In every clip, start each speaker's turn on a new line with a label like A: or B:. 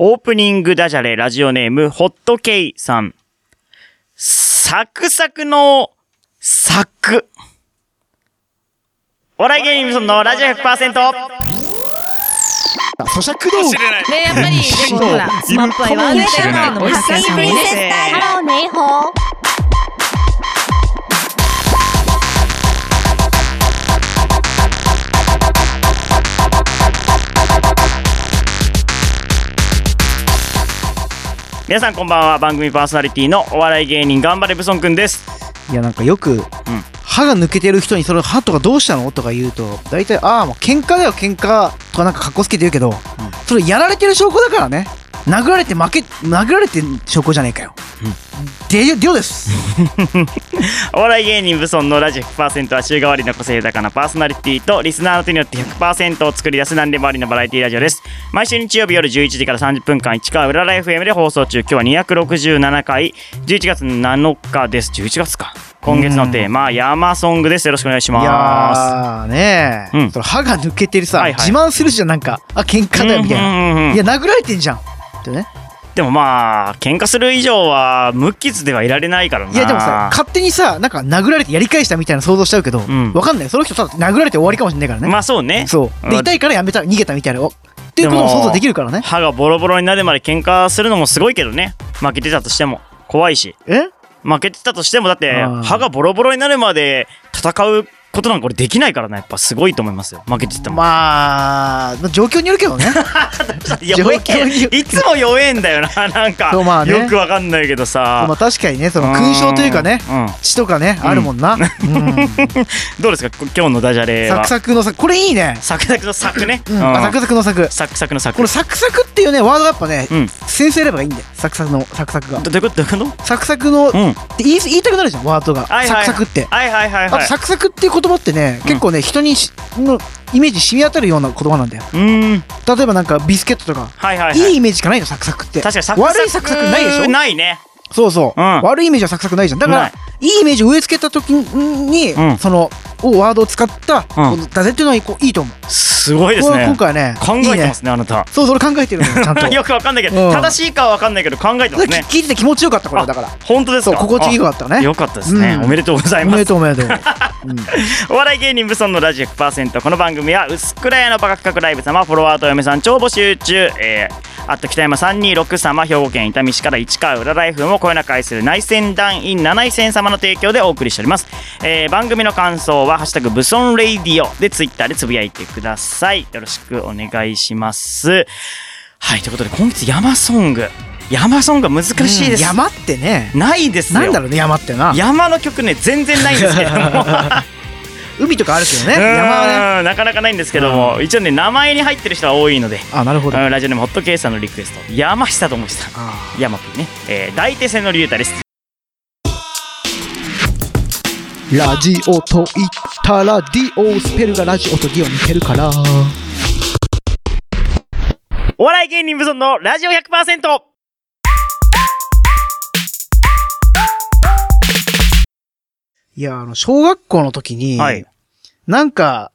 A: オープニングダジャレラジオネーム、ホットケイさん。サクサクの、サク。お笑い芸人のラジオ100%。
B: あ咀嚼道具
C: 知れない。
D: ねやっぱりでもほらスマップは言わないけどのも発
E: プリンセスタイハローネイホー
A: 皆さんこんばんは。番組パーソナリティのお笑い芸人、頑張れブソンくんです。
B: いやなんかよく歯が抜けてる人にその歯とかどうしたのとか言うと大体ああもう喧嘩だよ喧嘩とかなんかかっこつけて言うけど、それやられてる証拠だからね殴られて負け殴られてる証拠じゃねえかよ、で量です
A: お笑い芸人ブソンのラジオ100%は週替わりの個性豊かなパーソナリティとリスナーの手によって100%を作り出す何でもありのバラエティラジオです。毎週日曜日夜11時から30分間市川裏ライフ FM で放送中。今日は267回、11月7日です。11月か。今月のテーマ、山ソングです。よろしくお願いし
B: い
A: ま
B: やーねえ、
A: うん
B: その歯が抜けてるさ、
A: はいはい
B: 自慢するじゃんなんかあ喧嘩
A: す。
B: だよみたいな、
A: うんうんうんうん
B: いや殴られてんじゃんってね
A: でもまあ、喧嘩する以上は無傷ではいられないからな。
B: いやでもさ勝手にさなんか殴られてやり返したみたいな想像しちゃうけど、
A: ん
B: わかんないその人ただ殴られて終わりかもしれないからね、
A: まあそうね。
B: そう
A: ま
B: で
A: あ
B: 痛いからやめた逃げたみたいなおっていうことも想像できるからね
A: 歯がボロボロになるまで喧嘩するのもすごいけどね負けてたとしても怖いし
B: え
A: 負けてたとしてもだって
B: うん
A: 歯がボロボロになるまで戦うことなんか俺できないからなやっぱすごいと思いますよ負けてても、
B: まあ状況によるけどね
A: いや弱え
B: 状況によって
A: いつも弱えんだよな なんか
B: そうまあね
A: よくわかんないけどさ
B: まあ確かにねその
A: うん
B: 勲章というかね
A: うん
B: 血とかねあるもんな、うん、
A: どうですかこ今日のダジャレ
B: サ
A: は
B: クサクのサクこれいいね、
A: サクサクのサクね、
B: うん
A: うん
B: あサクサクのサク
A: サクサクのサク
B: このサクサクっていうねワードがやっぱね、
A: うん
B: 先生やればいいんだよサクサクのサクサクが
A: どどういうことどういうこ
B: サクサクの、
A: とうん
B: って言い言いたくなるじゃんワードが、
A: はい
B: サ
A: は
B: ク
A: い
B: サクって
A: はいはいはい
B: あ
A: は
B: と
A: い
B: サクサクっていう言葉ってね、結構ね人にしのイメージ染み当たるような言葉なんだよ
A: うーん
B: 例えばなんかビスケットとか、
A: はいはいはい
B: いい、イメージしかないのサクサクって
A: 確かにサクサク
B: 悪いサクサクないでしょ
A: ないね
B: そうそう、
A: うん
B: 悪いイメージはサクサクないじゃんだか
A: な
B: ら
A: い
B: いいイメージを植え付けた時に、
A: うん
B: そのをワードを使った、
A: うん
B: このダゼっていうのはこういいと思う
A: すごいです
B: こ
A: ね
B: れは今回はね
A: 考え
B: いい
A: て
B: ね
A: ますねあなた
B: そうそれ考えてるのよちゃん と
A: よくわかんないけ
B: う
A: ど
B: ん
A: 正しいかはわかんないけど考えてますね
B: 聞いてて気持ちよかったこれはだから
A: あ本当です
B: そう
A: か
B: 心地いいかった
A: あ
B: ね
A: よかったですね
B: うん
A: おめでとうござい
B: お
A: ま
B: めですとうおめでとう
A: お笑い芸人ブソンのラジオ100%この番組は薄倉屋のバカ企画ライブ様フォロワーとお嫁さん超募集中えーあと北山326様兵庫県伊丹市から市川裏ライフもこよなく愛する内戦団員七井戦様の提供でお送りしております、えー番組の感想は「ハッシュタグブソンレイディオ」でツイッターでつぶやいてくださいよろしくお願いしますはいということで今月山ソング山ソングは難しいです、
B: うん山ってね
A: ないですよ
B: なんだろうね山ってな
A: 山の曲ね全然ないんですけれども
B: 海とかあるけどね
A: うーん
B: 山はね
A: なかなかないんですけども一応ね名前に入ってる人は多いので
B: あなるほど
A: うんラジオネームホットケイさんのリクエスト山下智久さん
B: あ
A: 山ピーね、えー、大手線の竜太です
B: ーラジオと言ったらディオスペルがラジオとディオ似てるから
A: お笑い芸人無尊のラジオ100%
B: いやあの小学校の時に、
A: はい
B: なんか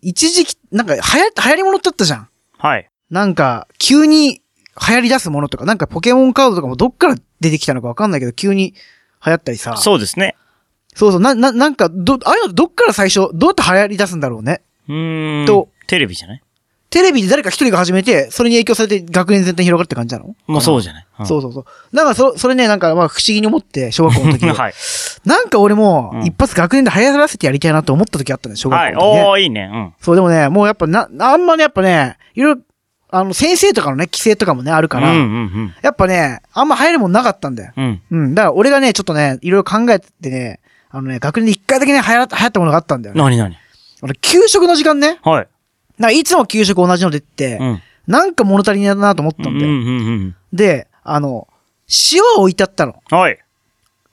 B: 一時期なんか流行流行り物ってあったじゃん
A: はい
B: なんか急に流行り出すものとかなんかポケモンカードとかもどっから出てきたのかわかんないけど急に流行ったりさ
A: そうですね
B: そうそうなななんかどああいうのどっから最初どうやって流行り出すんだろうね
A: うーん
B: と
A: テレビじゃない
B: テレビで誰か一人が始めて、それに影響されて学園全体に広がるって感じなの
A: もうそう
B: じ
A: じゃない、
B: そうそうそう。なんかそ、それね、なんかまあ不思議に思って、小学校の時
A: うん
B: に
A: はい、
B: なんか俺も
A: うん、
B: 一発学年で流行らせてやりたいなと思った時あったんだよ、小学
A: は
B: 校
A: い、
B: の時、ね
A: おーいいねうん
B: そう、でもね、もうやっぱな、あんまね、やっぱね、いろいろ、あの、先生とかのね、規制とかもね、あるから、
A: うんうん
B: やっぱね、あんま流行るもんなかったんだよ。
A: うんうん
B: うん。だから俺がね、ちょっとね、いろいろ考えてね、あのね、学年で一回だけね、流行流行ったものがあったんだよね。
A: 何何
B: 俺、給食の時間ね、
A: はい
B: なんかいつも給食同じの出てて、
A: うん
B: なんか物足りないなと思っ
A: うん
B: た
A: うんん
B: で、
A: うん
B: で、あの、塩を置いてあったの。
A: うんはい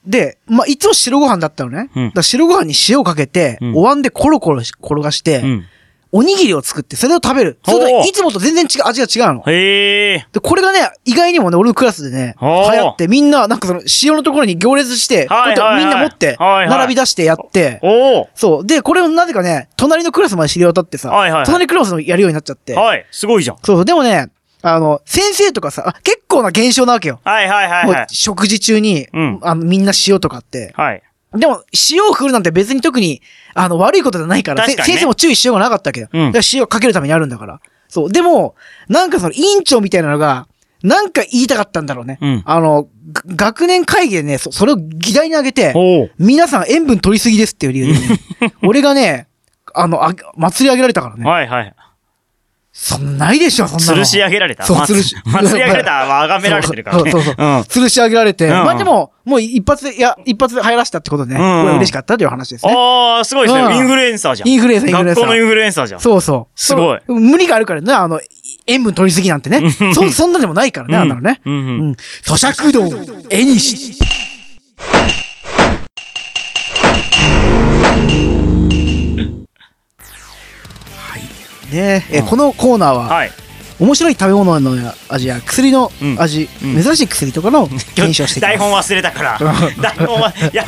B: で、まあ、いつも白ご飯だったのね。
A: うん
B: だから白ご飯に塩をかけて、
A: うん
B: お椀でコロコロし転がして、
A: うん
B: おにぎりを作って、それを食べる。
A: ほ
B: そうれといつもと全然違う、味が違うの。
A: へえ
B: で、これがね、意外にもね、俺のクラスでね、流
A: ほう
B: 行って、みんな、なんかその、塩のところに行列して、
A: はいはいはい
B: こうやってみんな持って、
A: はいはい
B: 並び出してやって、
A: おお
B: そう。で、これをなぜかね、隣のクラスまで知り渡ってさ、
A: はいはいはい
B: 隣のクラスもやるようになっちゃって、
A: はいすごいじゃん
B: そうそう、でもね、あの、先生とかさ、あ結構な現象なわけよ。
A: はいはいはい
B: もう
A: はい。
B: 食事中に、
A: うん
B: あの、みんな塩とかって。
A: はい。
B: でも、塩を振るなんて別に特に、あの、悪いことじゃないから、
A: 確かにね
B: せ先生も注意しようがなかったわけど、
A: うん
B: だから塩かけるためにあるんだから。そう。でも、なんかその、委員長みたいなのが、なんか言いたかったんだろうね。
A: うん
B: あの、が学年会議でね、そそれを議題に上げて、
A: おお。
B: 皆さん塩分取りすぎですっていう理由でね、俺がね、あの、あ祭り上げられたからね。
A: はいはい。
B: そんなないでしょ、そんなの。
A: 吊るし上げられた。
B: そう
A: まつ
B: 吊るし
A: 吊り上げら れたはあがめられてるからね。
B: そうそうそう
A: うん。
B: 吊るし上げられて、
A: うん
B: まあでも、もう一発で、いや、一発で入らしたってことでね、
A: うんうん
B: これは嬉しかったという話ですね。
A: ああ、すごいです
B: うん
A: ね。インフルエンサーじゃん。
B: インフルエンサーインフルエン
A: 学
B: サー
A: 校のインフルエンサーじゃん。
B: そうそう。
A: すごい
B: その無理があるからね、あの、塩分取りすぎなんてね。そ、そんなでもないからね、あんなのね。
A: うんう。
B: うんん。咀嚼道、絵にし。はい。ねえ、えこのコーナーは、
A: はい。
B: 面白い食べ物の味や薬の味、
A: うんうん
B: 珍しい薬とかの検証していきます。
A: 台本忘れたから。
B: うん
A: 台本は、いや、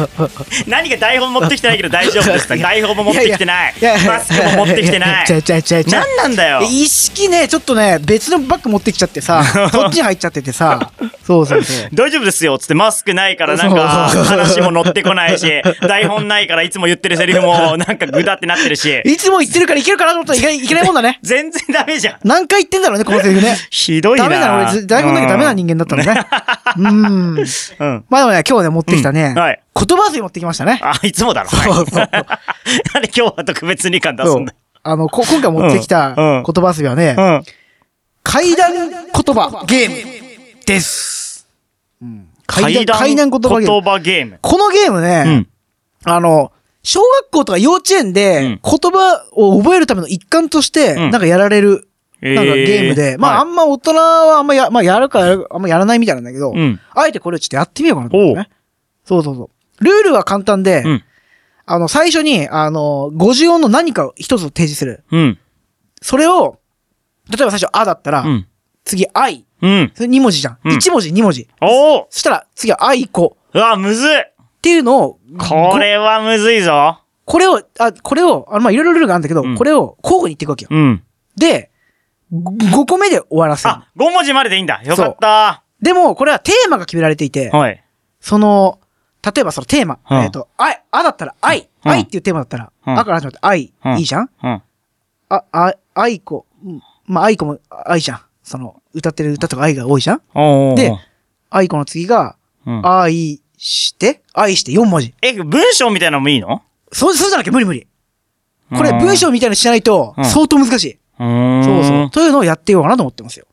A: 何か台本持ってきてないけど大丈夫ですか台本も持ってきてない。マスクも持ってきてない
B: ち。ゃちゃちゃちゃ。
A: 何なんだよ。
B: 一式ね、ちょっとね、別のバッグ持ってきちゃって さ、そっちに入っちゃっててさ、そうそうそう。
A: 大丈夫ですよっつってマスクないからなんか
B: そう
A: 話も乗ってこないし、台本ないからいつも言ってるセリフもなんかグダってなってるし、。
B: いつも言ってるからいけるかなと思ったらいけないいけないもんだね
A: 全然ダメじゃん。
B: 何回言ってんだろうね、このセリフね。
A: ひどいな。
B: ダメだ、俺、ず台本だけダメな人間だったのね。うん。
A: 間。うん。
B: まあでもね、今日ね、持ってきたね、
A: うんはい
B: 言葉遊び持ってきましたね。
A: あ、いつもだろ。
B: そうそう
A: はい なんで今日は特別に感出す
B: そうん
A: だ。
B: あのこ、今回持ってきた
A: うんうん
B: 言葉遊びはね、
A: うん。
B: 階段言葉ゲームです。階段、階段言葉ゲーム。
A: ゲーム。
B: このゲームね、
A: うん。
B: あの、小学校とか幼稚園
A: う
B: で言
A: ん
B: 葉を覚えるための一環として、
A: うん
B: なんかやられる、
A: えー
B: なんかゲームで、まああ
A: はい
B: んま大人はあんまや、まあやるかやるあんまやらないみたいなんだけど、
A: うん。
B: あえてこれちょっとやってみようかなと思ってね。そうそうそう。ルールは簡単で、
A: うん
B: あの、最初に、あの、50音の何かを一つを提示する。
A: うん。
B: それを、例えば最初、あだったら、
A: うん。
B: 次、あい。
A: うん。
B: それ2文字じゃん。
A: うん
B: 1文字、2文字。
A: おお
B: そしたら、次は、あいこ。
A: うわ、むずい
B: っていうのを、
A: これはむずいぞ。
B: これを、あ、これを、あまあ、いろいろルールがあるんだけど、
A: うん
B: これを交互に言っていくわけよ。
A: うん。
B: で、5個目で終わらせる。
A: あ、5文字まででいいんだ。よかった。
B: でも、これはテーマが決められていて、
A: はい。
B: その、例えばそのテーマ、
A: うん
B: えっ、と、あい、あだったら、愛、
A: うん
B: 愛っていうテーマだったら、
A: うん
B: あから始まって、愛、
A: うん
B: いいじゃん
A: うん。
B: あ、あ、愛子、うんまあ、愛子も、愛じゃん。その、歌ってる歌とか愛が多いじゃん
A: おー
B: で、愛子の次が、
A: うん
B: 愛して、愛して4文字。
A: え、文章みたいなのもいいの
B: そう、そうじゃなきゃ無理無理。これ
A: うん
B: 文章みたいなのしないと
A: う、ん
B: 相当難しい。
A: うーん
B: そうそう。。というのをやっていこうかなと思ってますよ。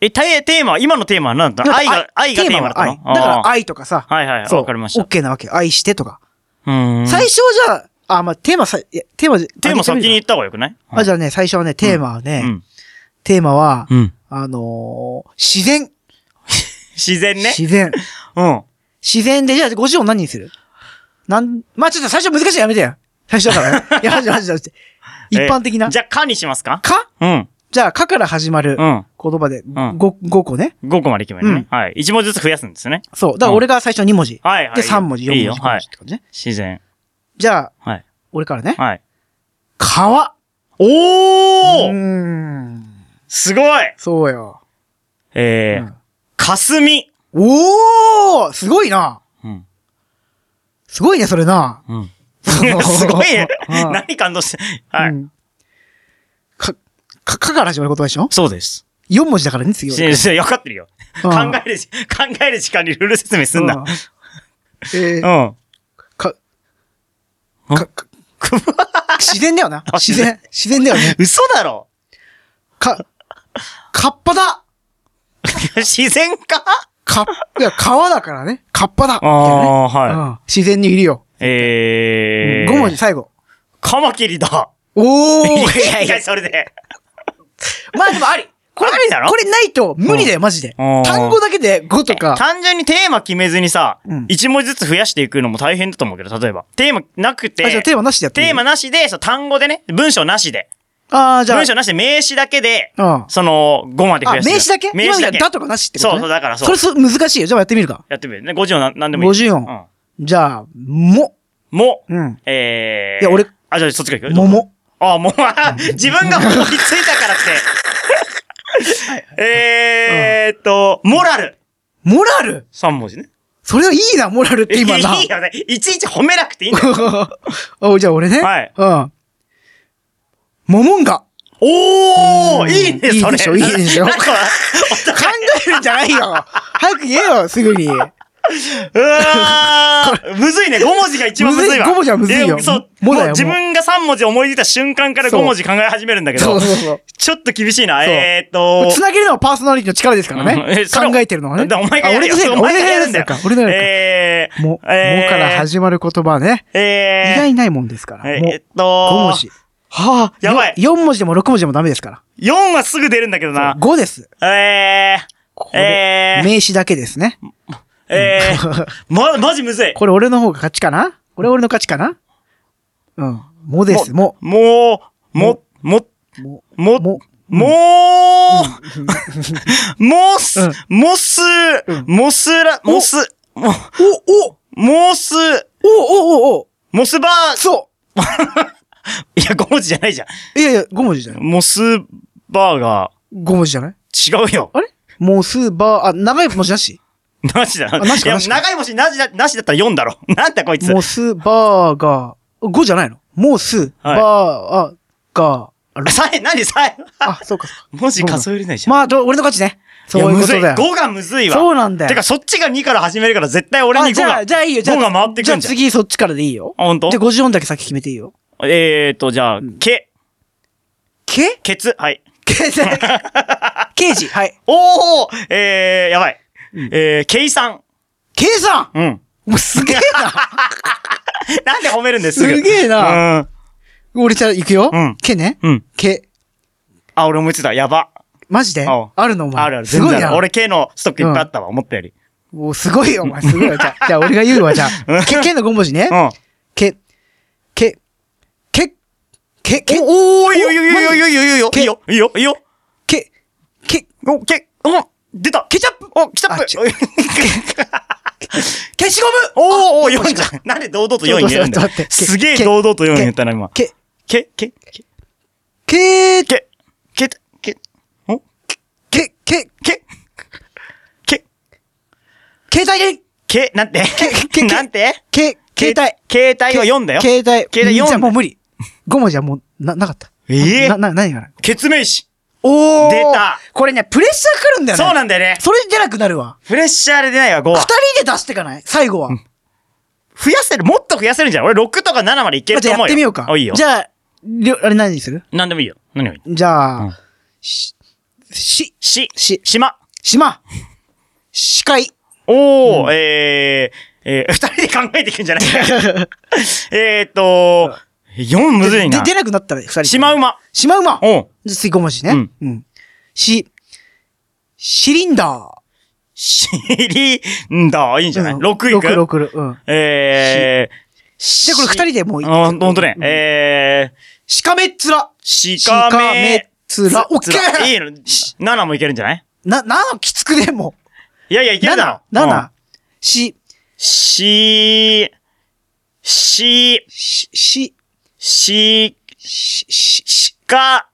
A: え、たえテーマは、今のテーマは何だった愛が、愛がテーマだったの
B: テーマは愛だから
A: あ
B: 愛とかさ。
A: ーはいはいはい、わかりました。
B: OK なわけよ。愛してとか。
A: うーん
B: 最初じゃあ、あ、まあ、テーマさ、いやテーマ、
A: テーマ先に
B: あげてみ
A: 言
B: る
A: った方がよくない
B: かあ、じゃあね、最初はね、テーマはね、
A: うん。
B: テーマは、
A: うん。
B: あのー自然。
A: 自然ね。
B: 自然。
A: うん。
B: 自然で、じゃあ50音何にするなん、まあ、ちょっと最初難しいのやめてよ。最初だからね。 いや、マジマジマジ。一般的な。
A: え
B: じ
A: じ
B: ゃ、
A: ゃあ、かにしますか
B: か
A: うん。
B: じゃあ、かから始まる
A: うん。
B: 言葉で、
A: ん
B: ご5個ね。
A: 5個まで決めるね。
B: う
A: はい。1文字ずつ増やすんですね。
B: そう。だから俺が最初2文字。
A: はいはい。
B: で、3文字、4文
A: いい
B: 字、
A: よ
B: 5文
A: はい
B: 字っ。て感じね。
A: 自然。
B: じゃあ、
A: はい。
B: 俺からね。
A: はい。
B: 川。
A: お
B: う
A: ー
B: ーん。
A: すごい
B: そうよ。
A: え
B: う
A: ー
B: ん、
A: かすみ。
B: おーすごいな。
A: うん。
B: すごいね、それな。
A: うん。 すごいね。何感動して。は
B: う
A: い。
B: んか、か、かから始まる言葉でしょ
A: そうです。
B: ?4 文字だからね、次は。
A: ししわかってるよ。
B: う
A: 考
B: ん
A: える時、 考える時間にルール説明すん
B: う
A: な。
B: え
A: う
B: ー
A: ん。あ
B: か、
A: ん
B: か、か、自然だよな。
A: あ
B: 自然。自然だよね。
A: 嘘だろ
B: か、カッパだ
A: 自然か
B: か、いや、川だからね。カッパだみたいなね
A: ああー、
B: う
A: はい。
B: ん自然にいるよ。
A: えー。
B: 5文字、。最後。
A: カマキリだ。
B: おー
A: いやいや、それで。
B: まあでもあり。これ
A: ありだろ
B: これないと無理だよ、マジで。
A: うん
B: 単語だけで5とか。
A: 単純にテーマ決めずにさ
B: うん、
A: 一文字ずつ増やしていくのも大変だと思うけど、例えば。テーマなくて
B: あ、じゃあ、テーマなしでやってみ
A: テー
B: る
A: マなしで、そう単語でね、文章なしで。
B: ああ、じゃあ。
A: 文章なしで名詞だけで、
B: うん
A: その、5まで増
B: あ、
A: やすん。
B: 名詞だけ
A: 名詞だ
B: 今の
A: け。
B: じゃだとかなしってこと、ね、
A: そうそうだからそう
B: それす難しいよ。じゃあやってみるか。
A: やってみるね。50音なんでもいい。
B: 50音
A: うん
B: じゃあ、も。
A: も、
B: うん。
A: えー。
B: いや俺。
A: あ、じゃあそっちから行く
B: もも。
A: あ、もう、あ自分が思いついたからって。 えーっと、モラル。
B: モラル
A: 3文字ね。
B: それはいいな、モラルって今 な。
A: いいよね。いちいち褒めなくていいんだよ。
B: おじゃあ俺ね。
A: はい
B: うん。モモンガ。
A: おーいいね、
B: いい
A: それ。
B: でしょいいでしょ
A: なんか、
B: 考えるんじゃな いよ。早く言えよ、すぐに。
A: うわーむずいね。5文字が一番むずいわ。
B: むずい5文字はむずいよ
A: やそう。も
B: も
A: う
B: もだよ
A: 自分が3文字思いついた瞬間から5
B: そう
A: 文字考え始めるんだけ
B: そ
A: ど
B: う、そうそう。
A: ちょっと厳しいな。
B: そう
A: えーっと。
B: つなげるのはパーソナリティの力ですから
A: うんえ
B: ね。
A: それを
B: 考えてるのはね。
A: だお前が
B: あ
A: やる
B: 俺
A: よ
B: のせいか、
A: お前が
B: 俺が
A: や
B: や
A: る
B: る
A: ん
B: ん
A: だ
B: だ
A: よ
B: よ。俺のやる
A: え
B: か。も、も
A: えー
B: から始まる言葉ね。
A: ー、
B: 意
A: えー、
B: 外ないもんですから。も
A: えーっ
B: う、
A: と、
B: 5文字。はあ、
A: やばい
B: 4文字でも6文字でもダメですか
A: 4はすぐ出るんだけどな。
B: ら。5です。
A: え
B: こ
A: ー、えー、
B: 名詞だけですね。
A: えー、ま、まじむずい。
B: これ俺の方が勝ちかなこれ俺の勝ちかなうん。もです。も。
A: もう、も、も、も、
B: も。
A: も
B: も、
A: もう、もす
B: うん、
A: もす
B: ん、
A: もすら、もす、も、
B: お、お、
A: もす、
B: お、お、お、お。
A: もすばー、
B: そ
A: いや、5文字じゃないじゃ。
B: う。いやいや、5文字じゃなんい。
A: もすバーが、
B: 5文字じゃない
A: 違うよ。
B: あれもうスーバー、あ、長い文字なし
A: なしだ。
B: あなし
A: い
B: か
A: や、
B: なしか
A: 長い文字なしだ、なしだったら4だろ。なんだこいつ。
B: もうスーバーガー。5じゃないのもうスーバーガー。
A: さえ、なにさえ。
B: あ、そうかそう
A: 文字数えれないじ
B: か。
A: ゃん。
B: まあ、ど俺の勝ちね。そういうこと
A: いやむ
B: だ
A: ずい。
B: よ。
A: 5がむずいわ。
B: そうなんだよ。
A: てか、そっちが2から始めるから、絶対俺に
B: あ、
A: 5
B: じゃあ、
A: が。
B: じゃあいいよ。じゃあ、
A: 5が回ってくんじゃん
B: じゃあ次そっちからでいいよ。
A: あ、ほんと
B: じゃあ54だけ先決めていいよ。
A: えーと、じゃあ、け、
B: け
A: けつ、はい。
B: け刑事。はい。
A: おーえー、やばい。えー、計算。
B: 計算
A: うん。
B: もうすげえな。
A: なんで褒めるんですぐ
B: すげえな。
A: うん。
B: 俺じゃあ行くよ
A: うん。
B: けね。
A: うん。
B: け。
A: あ、俺思いついた。やば。
B: マジで
A: あ
B: あるのお前。
A: あるある。
B: す
A: 全
B: ごい
A: 然あ
B: な
A: る。。俺、K のストックいっぱいあったわ、思ったより。
B: おすごいよ、お前。すごいよ。じ ゃあ、じゃあ俺が言うわ、じゃあ。け、けの5文字ね。
A: うん。
B: け、け、け、け、け、
A: おおいいよ
B: お
A: いいよいいよいいよいいよいいよいいよいいよ
B: け、け、
A: お、け、お、出たケチャップお、ケチャッ
B: あち ょ
A: プ
B: 消しゴム
A: おーおー、4じゃん。なんで堂々と4言えるんだよ
B: ちょっと待って待っ。て
A: すげえ堂々と4言ったな、今。
B: け、
A: け、け、け、け、
B: け、
A: け、け、お、
B: け、け、
A: け、け、
B: 携帯で、
A: け、なんて
B: け
A: なんて
B: け、携帯。
A: 携帯は4だよ。
B: 携帯。
A: 携帯四
B: じゃあもう無理。5文字はもう、な、なかった。
A: ええ
B: な、な、何がない
A: ケツメイシ。
B: お
A: 出た
B: これね、プレッシャー来るんだよね。
A: そうなんだよね。
B: それ出なくなるわ。
A: プレッシャーで出ないわ、5
B: 二
A: は。
B: 人で出していかない最後は。
A: 増やせる、もっと増やせるんじゃん。俺6とか7までいける
B: じ
A: と
B: ゃあ
A: 思うよ。
B: やってみようか。
A: あいいよ。
B: じゃあ、りょあれ何にする
A: なんでもいいよ。何でもいい。
B: じゃ
A: うん
B: あ、し、し、
A: し、
B: し
A: 島。
B: 島、司会。
A: おー、えー、えー、二人で考えていくんじゃないえーっと、4むずいな
B: で、。出なくなったら二人。
A: シマウ。マ。
B: シマウマ。
A: おう。
B: じゃあ次5文字ね。
A: うん
B: うん。し、シリンダ
A: シリンダー、いいん
B: ー。
A: じゃない、
B: うん
A: ?6 いく
B: 六六六うん。
A: えー、
B: じゃあこれ二人でもういい
A: あ、ほんとね。
B: うん
A: えー、
B: しかめっつら。
A: しかめ、
B: しかめつらオッケー
A: いいの ?7 もいけるんじゃない
B: な、なのきつくね、も。
A: いやいや、いうけるだろ。
B: な、な
A: うん
B: な。し、
A: し、し、
B: し、し、
A: し、
B: し、し、し、
A: か、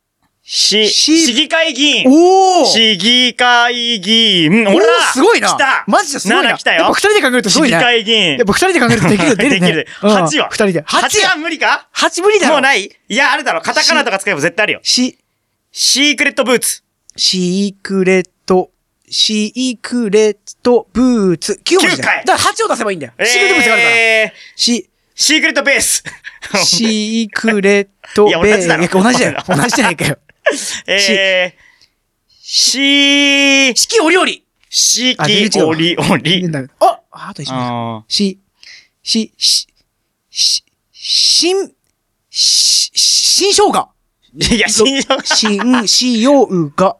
A: し、
B: し
A: 市議会議員。
B: おー
A: 市議会議員。
B: お
A: ほ
B: ー
A: ら
B: すごいな
A: 来た
B: マジですごいな。
A: 7来た
B: やっぱ
A: よ
B: 二。人で考えるとす
A: 市
B: ごい
A: 議
B: ね。やっ
A: 会議員。
B: ぱ二人で考えるとでき るよ、出る
A: でき
B: ね
A: る。
B: うん
A: 8は
B: 二人で。
A: 8
B: 8
A: は
B: は
A: 無理か
B: 八無理だろ。
A: もうないいや、あるだろ。カタカナとか使えば絶対あるよ。
B: し、
A: シークレットブーツ。
B: シークレット、シークレットブーツ。9文字
A: 九
B: だ
A: 回
B: よ。だから8を出せばいいんだよ。シークレットブーツがあるから。
A: えー
B: し、
A: シークレットベー ス。
B: シークレット
A: い
B: ベ
A: や
B: ー
A: 同じ
B: ス。
A: だろ
B: いや同じだよ。同じじゃな いかよ。
A: えー、しー、
B: 四季折々。
A: し
B: あ全
A: き
B: 然違う
A: お
B: わ
A: りおり。
B: ああと一問。
A: あ
B: し、し、し、し、しん、し、新生姜。
A: ーいや、新庄。
B: 新、しようが。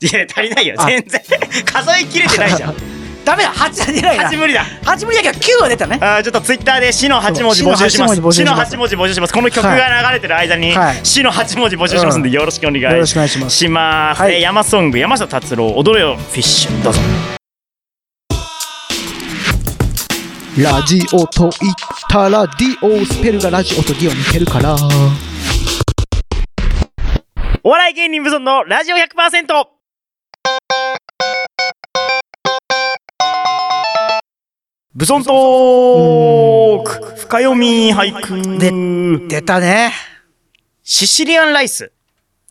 A: いや、足りないよ。
B: あ
A: 全然。数え切れてないじ ゃん。
B: ダメだ !8 は出ないな
A: 8無理だ。
B: 八無理だけど9は出たね。
A: あーちょっとツイッターで死の8文字募集します。
B: そう
A: 死
B: 死
A: の
B: の八文字募集します
A: 8文字募集します。この曲が流れてる間に
B: はい
A: 死の8文字募集しますんで
B: うん
A: よろしくお願いします。
B: よろしくお願いします
A: します。
B: はい
A: えー山ソング山下達郎踊れよフィッシュどうぞ。
B: ラジオと言ったら、ディオスペルがラジオとディオ似てるから。
A: お笑い芸人無尊のラジオ100%。ブソントーク深読み俳句
B: 出たね。
A: シシリアンライス。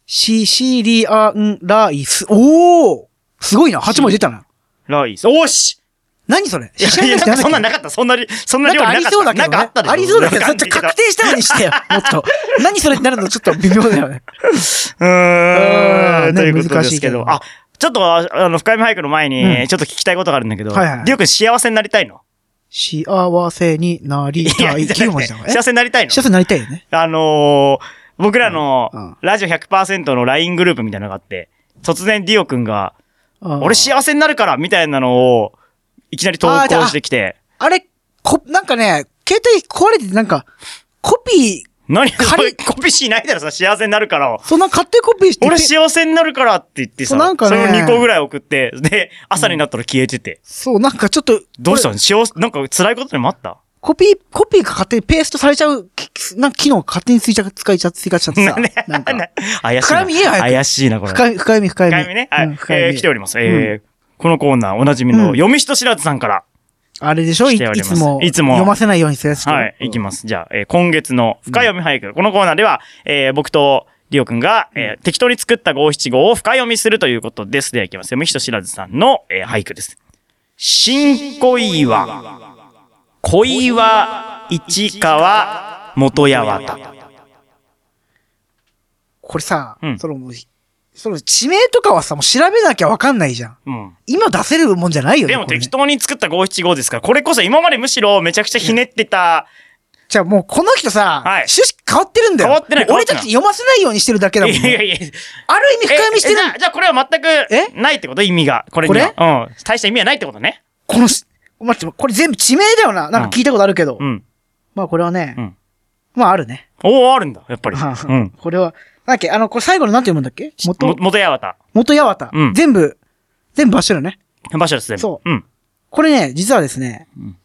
B: シシリアンライス。おおすごいな。8文字出たな。
A: ライス。おーし
B: 何それ
A: いや
B: シシリ
A: い
B: ア
A: や、
B: ンライス
A: な
B: っ
A: んかそんなん
B: て
A: な
B: だっ
A: かった。そんなり、そんな
B: けなん
A: 料
B: か
A: 理な
B: あり
A: かっ
B: そう
A: た。
B: だけ
A: な
B: ど、
A: んかあっ、
B: ね
A: たでしょ
B: ありそうだけど、
A: な
B: ちょ
A: ん
B: っ
A: か
B: と確定したのにしてよ。もっと。何それってなるのちょっと微妙だよね。
A: うー、
B: うんん
A: というこ
B: ね
A: と
B: 難
A: で
B: し
A: す
B: い
A: け
B: け
A: ど。
B: ど
A: あ、ちょっと、ああの、深読み俳句の前
B: う
A: に、
B: ん
A: ちょっと聞きたいことがあるんだけど、
B: はいはい
A: りょうくん幸せになりたいの
B: 幸せになり
A: いや
B: たい。
A: じゃな
B: 9
A: く
B: 文
A: て
B: 字だもんね。
A: 幸せになりたいの
B: 幸せになりたいよね。
A: あのー、僕らの
B: うんうん、
A: ラジオ100%の LINE グループみたいなのがあって、突然ディオくんが、俺
B: 俺
A: 幸せになるからみたいなのを、いきなり投稿してきて、
B: あれ、こ、なんかね、携帯壊れててなんか、コピー、
A: 何これ
B: 仮
A: コピーしないだろさ、幸せになるからを。
B: そんな勝手にコピーして
A: 俺幸せになるからって言ってさ、
B: そうなんかね
A: それを2個ぐらい送って、で、朝になったら消えてて。
B: そう、なんかちょっと、
A: どうしたの幸せ、なんか辛いことでもあった
B: コピー、コピーが勝手にペーストされちゃう、きなんか機能勝手に追加、使いちゃ、追加しちゃってさ。なんか、
A: 怪しい
B: 深
A: な。
B: み言えよ早く
A: 怪しいな、これ。
B: 深い、深いみ、深いみ。
A: 深みね。は
B: う
A: い
B: ん。深
A: え
B: い
A: ー
B: み
A: 来ております。えーこのコーナーおなじみの、
B: うん
A: 読み人知らずさんから。
B: あれでしょい
A: 来
B: い
A: ております
B: つも、
A: いつも
B: 読ませないようにするやつでしょ。
A: はい、いき
B: ま
A: ます。じゃあ、えー今月の深読み俳句。このコーナーでは、えー僕とリオくんが、えー適当に作った五七五を深読みするということです。では、いきます。読み人知らずさんの、えー俳句です。新恋は、恋は市川元八幡。
B: これさ
A: うん、
B: その、もうその、地名とかはさ、もう調べなきゃわかんないじゃん。
A: うん。
B: 今出せるもんじゃないよね。
A: でも
B: これね
A: 適当に作った五七五ですから、これこそ今までむしろめちゃくちゃひねってた、
B: じゃあもうこの人さ、
A: はい
B: 趣旨変わってるんだよ。
A: 変わってない変わっ
B: 俺
A: て
B: た
A: ない
B: ち読ませないようにしてるだけだもん、ね。
A: いやいやいや、
B: ある意味深読みしてる
A: ええじゃあじゃあこれは全くないってこと意味が。これには
B: こ
A: うん。大した意味はないってことね。
B: このし、待って、これ全部地名だよな。なんか聞いたことあるけど。
A: うん。
B: まあこれはね、
A: うん
B: まああるね。
A: おお、あるんだ、やっぱ り。うん。
B: これは、なんだっけ、あの、これ最後のなんて読むんだっけ
A: も
B: 元、
A: 元八幡。
B: 元八幡、
A: うん
B: 全部、全部場所だよね。
A: 場所です、全部。。
B: そう
A: うん。
B: これね、実はですね、
A: ん
B: い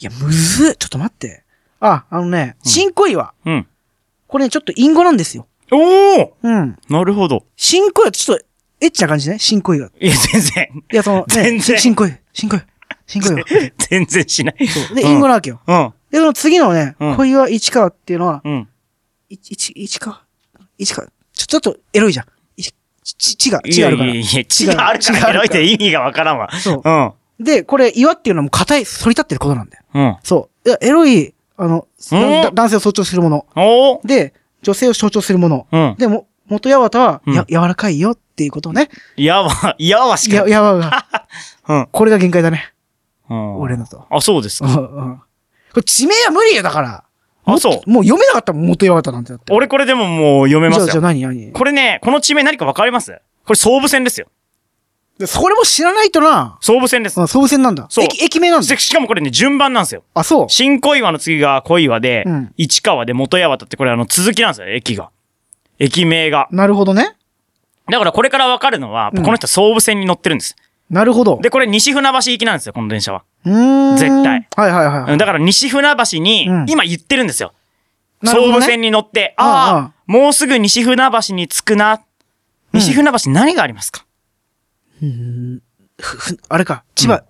B: や、むずっちょっと待って。あ、あのね、新恋は、
A: うん。
B: これね、ちょっと隠語なんですよ。
A: おお
B: うん。
A: なるほど。
B: 新恋はちょっと、エッチな感じね、新恋は。
A: いや、全然。
B: いや、その、ね、
A: 全然
B: 新恋、新恋、新恋は。
A: 全然しない。
B: そう。で、
A: うん
B: 隠語なわけよ。
A: うん。
B: で、その次のね、
A: うん
B: 恋は市川っていうのは、
A: うん。
B: い、いち、市川市川ちょ、ちょっとエロいじゃん。いち、ち、ちが、
A: い
B: ち
A: や
B: がある
A: い
B: か
A: や
B: ら
A: い。や、血があるから、
B: 血があ
A: エロ
B: るから
A: いって意味がわからんわ。
B: そう
A: う。ん。
B: で、これ、岩っていうのも硬い、反り立ってることなんだよ。
A: うん。
B: そう。いやエロい、あの、
A: うん
B: だ男性を象徴するもの。
A: おお
B: で、女性を象徴するもの。
A: うん。
B: でも、元八幡は、
A: うん
B: や、柔らかいよっていうことね。
A: やわ、やわし
B: や、
A: か。
B: やわが。
A: うん。
B: これが限界だね。
A: うん
B: 俺のと。
A: あ、そうです
B: う
A: か。
B: んうん。 これ地名は無理よ、だから。。
A: あそう
B: もう読めなかったもん、元八幡なんてだって。
A: 俺これでももう読めま
B: じゃあ、
A: す
B: じ
A: よ。
B: ゃあ何何
A: これね、この地名何かわかりますこれ総武線ですよ。
B: でそれも知らないとな。
A: 総武線です。
B: あ、総武線なんだ。
A: そう
B: 駅、駅名なんだ
A: で。しかもこれね、順番なんですよ。
B: あ、そう。
A: 新小岩の次が小岩で、
B: うん
A: 市川で元八幡ってこれあの続きなんですよ、駅が。駅名が。
B: なるほどね。
A: だからこれからわかるのは、
B: うん
A: この人総武線に乗ってるんです。
B: なるほど。
A: で、これ西船橋行きなんですよ、この電車は。
B: うーん。
A: 絶対。
B: はいはいはい。
A: だから西船橋に
B: うん、
A: 今言ってるんですよ。
B: なるほ
A: 総
B: どね
A: 武線に乗って、
B: あ
A: あ
B: あ
A: あ、もうすぐ西船橋に着くな。
B: うん
A: 西船橋に何がありますか、
B: ふふあれか。千葉、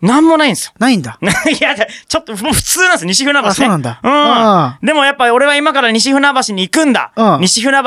A: なんもないんですよ。
B: ないんだ。
A: いや、ちょっともう普通なんですよ、西船橋、ね。
B: あそうなんだ
A: う
B: あ
A: ん。でもやっぱ俺は今から西船橋に行くんだ。
B: うん
A: 西船橋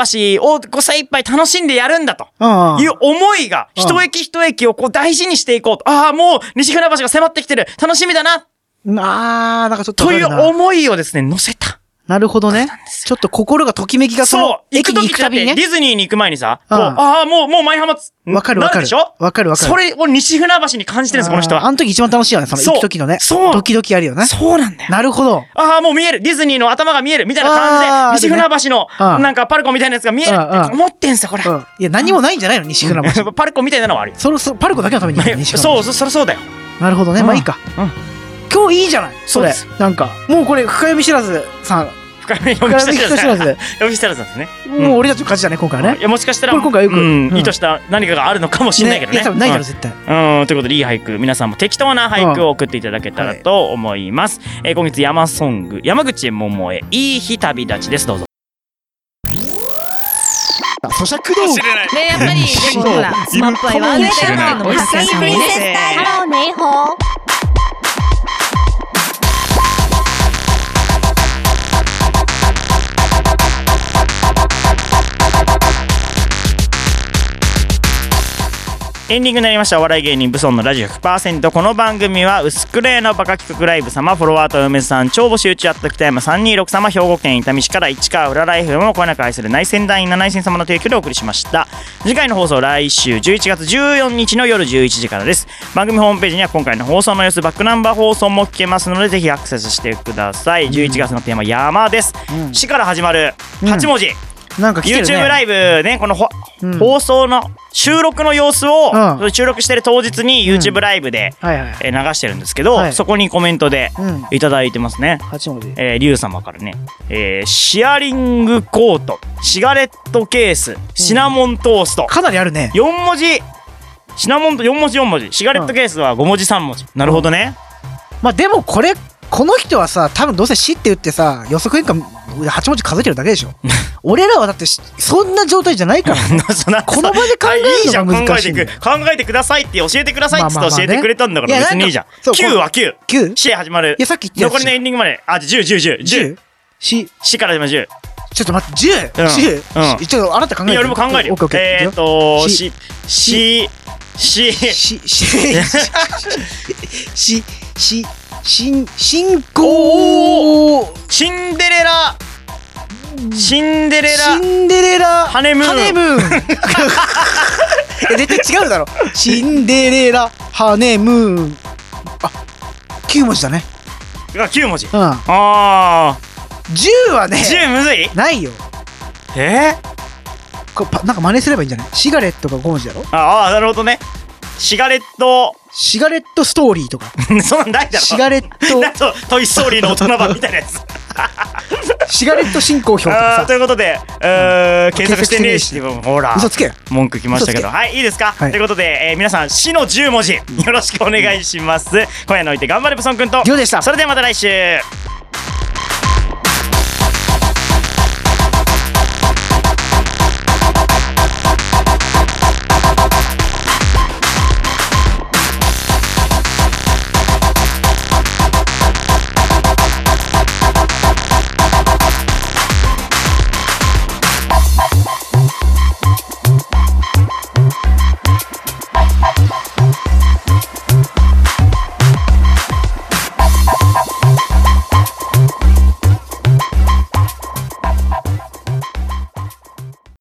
A: を5歳いっぱい楽しんでやるんだと。
B: ああ。
A: いう思いが、
B: うん
A: 一駅一駅をこう大事にしていこうと。ああ、もう西船橋が迫ってきてる。楽しみだな。
B: あー、なんかちょっと
A: と
B: わか
A: い
B: る
A: う
B: な。
A: 思いをですね、乗せた。
B: なるほどね。ちょっと心がときめきが
A: そ
B: その
A: う。行
B: 駅
A: く時
B: に行
A: っ
B: く
A: てだ
B: た
A: っ
B: び
A: てデ
B: にね。
A: ィズニーに行く前にさ、こ
B: う
A: うんああ、もう、もう舞浜つ、
B: わかるわ
A: な
B: かる
A: でしょ
B: わかるわかる
A: それを西船橋に感じてるんです、この人
B: あーあ
A: は。
B: の時一番楽しいよね。その
A: そう
B: 行く時のね。
A: そう
B: ドキドキあるよね。
A: そうなんだよ。
B: なるほど。
A: ああ、もう見える。ディズニーの頭が見える。みたいな
B: あー
A: 感じで、西
B: ある
A: 船
B: ね
A: 橋の、
B: うん
A: なんかパルコみたいなやつが見える。
B: うんうん
A: 思ってんすよ、これ。
B: うん。いや、何もないんじゃないの西船橋。
A: パルコみたいなのはあるよ。
B: そろそろ、パルコだけのために。西船橋
A: そう、そ、そりゃそうだよ。
B: なるほどね。
A: うん
B: まあいいか。
A: うん
B: 今日いいじゃない
A: そう
B: そ
A: で
B: れ
A: す。
B: なんか、もうこれ、深読み知らずさん。
A: 深め読
B: 深
A: み
B: 読み
A: した
B: 知
A: ら
B: ら
A: ず。
B: ず。
A: 読みしたらずなんですね。
B: もう俺たちの勝ちだね、今回はね
A: い。や、もしかしたら、
B: これ今回よく
A: うん
B: うん
A: 意図した何かがあるのかもしれないけどね。
B: や、多分ないだろ、
A: うん
B: 絶対。
A: うん、ということで、いい俳句、皆さんも適当な俳句を送っていただけたらと思います。えー今月、山ソング、山口百恵、いい日旅立ちです。どうぞ。
B: 咀嚼道具
D: ねやっぱりでもほらスマップアイはあるんだよっていうのも発散
E: 久
D: し
E: しぶ
D: もん
E: り
D: ね
E: です。ハローネイホー。
A: エンディングになりましたお笑い芸人ブソンのラジオ100%この番組は薄くれのバカ企画ライブ様フォロワーとお嫁さん超募集中あった北山326様兵庫県伊丹市から市川裏ライフもこよなく愛する内戦団員7内戦様の提供でお送りしました次回の放送来週11月14日の夜11時からです番組ホームページには今回の放送の様子バックナンバー放送も聞けますのでぜひアクセスしてください11月のテーマ山です、
B: うん
A: 市から始まる
B: うん
A: 8文字、
B: なんか来てるね
A: YouTube ライブねこのほ、
B: うん
A: 放送の収録の様子を、
B: う
A: 収録してる当日に YouTube ライブで、
B: はいはい
A: えー流してるんですけど、
B: はい
A: そこにコメントで
B: うん
A: いただいてますね。
B: 八文字
A: えー、リュウ様からね、えーシアリングコートシガレットケースシナモントースト、
B: かなりあるね
A: 四4文字シナモンと4文字4文字シガレットケースは5文字3文字、なるほどね、
B: まあでもこれこの人はさ多分どうせ「死」って言ってさ予測変換8文字数えてるだ けでしょ俺らはだってしそんな状態じゃないから
A: そんな
B: この場で考えるのが
A: いいじゃん考
B: 難
A: え
B: しい
A: て
B: んだ
A: く
B: よ
A: 考えてくださいって教えてくださいって
B: まあまあまあ
A: 教え
B: ね
A: てくれたんだから
B: いや
A: 別にいいじゃん
B: なんかそう
A: 9は9
B: 9?
A: 試合始まる
B: いやさっき言ってたやつ
A: 残りのエンディングまであじゃあ101010 10
B: 10? し
A: 死から始まる
B: ちょっと待って10、
A: うん
B: 10
A: うん
B: ちょっとあなた考え
A: 10い
B: て
A: や俺も考える
B: オ
A: よ
B: ッケーオッケー
A: えーっと
B: し
A: ししし
B: し、し、し、し、しん、進行、
A: シンデレラシンデレ
B: シ
A: ラ
B: ンデレラ、
A: ハネムーン
B: ハネ ムーン。え、絶対違うだろ。シンデレラ、ハネムーン。あ、九文字だね。
A: が9文字
B: うん。
A: あ
B: 十はね
A: ー、10むずい
B: ないよ。
A: えー
B: これパなんか真似すればいいんじゃないシガレットが五文字だろ
A: ああなるほどねシガレット
B: シガレットストーリーとか。
A: そんなんないだろ
B: シガレット、
A: なんとトイ・ストーリーの大人版みたいなやつ
B: シガレット進行表と
A: あー
B: か
A: ということで、えー検索してねえし
B: 検
A: ほら
B: さ。嘘つけよ。
A: 文句きましたけ
B: 嘘
A: ど
B: つ
A: はいいいですか、
B: はい
A: ということで、えー皆さん「死」の10文字よろしくお願いします、今夜のおいて頑張れブソン君と
B: りょうでした
A: それではまた来週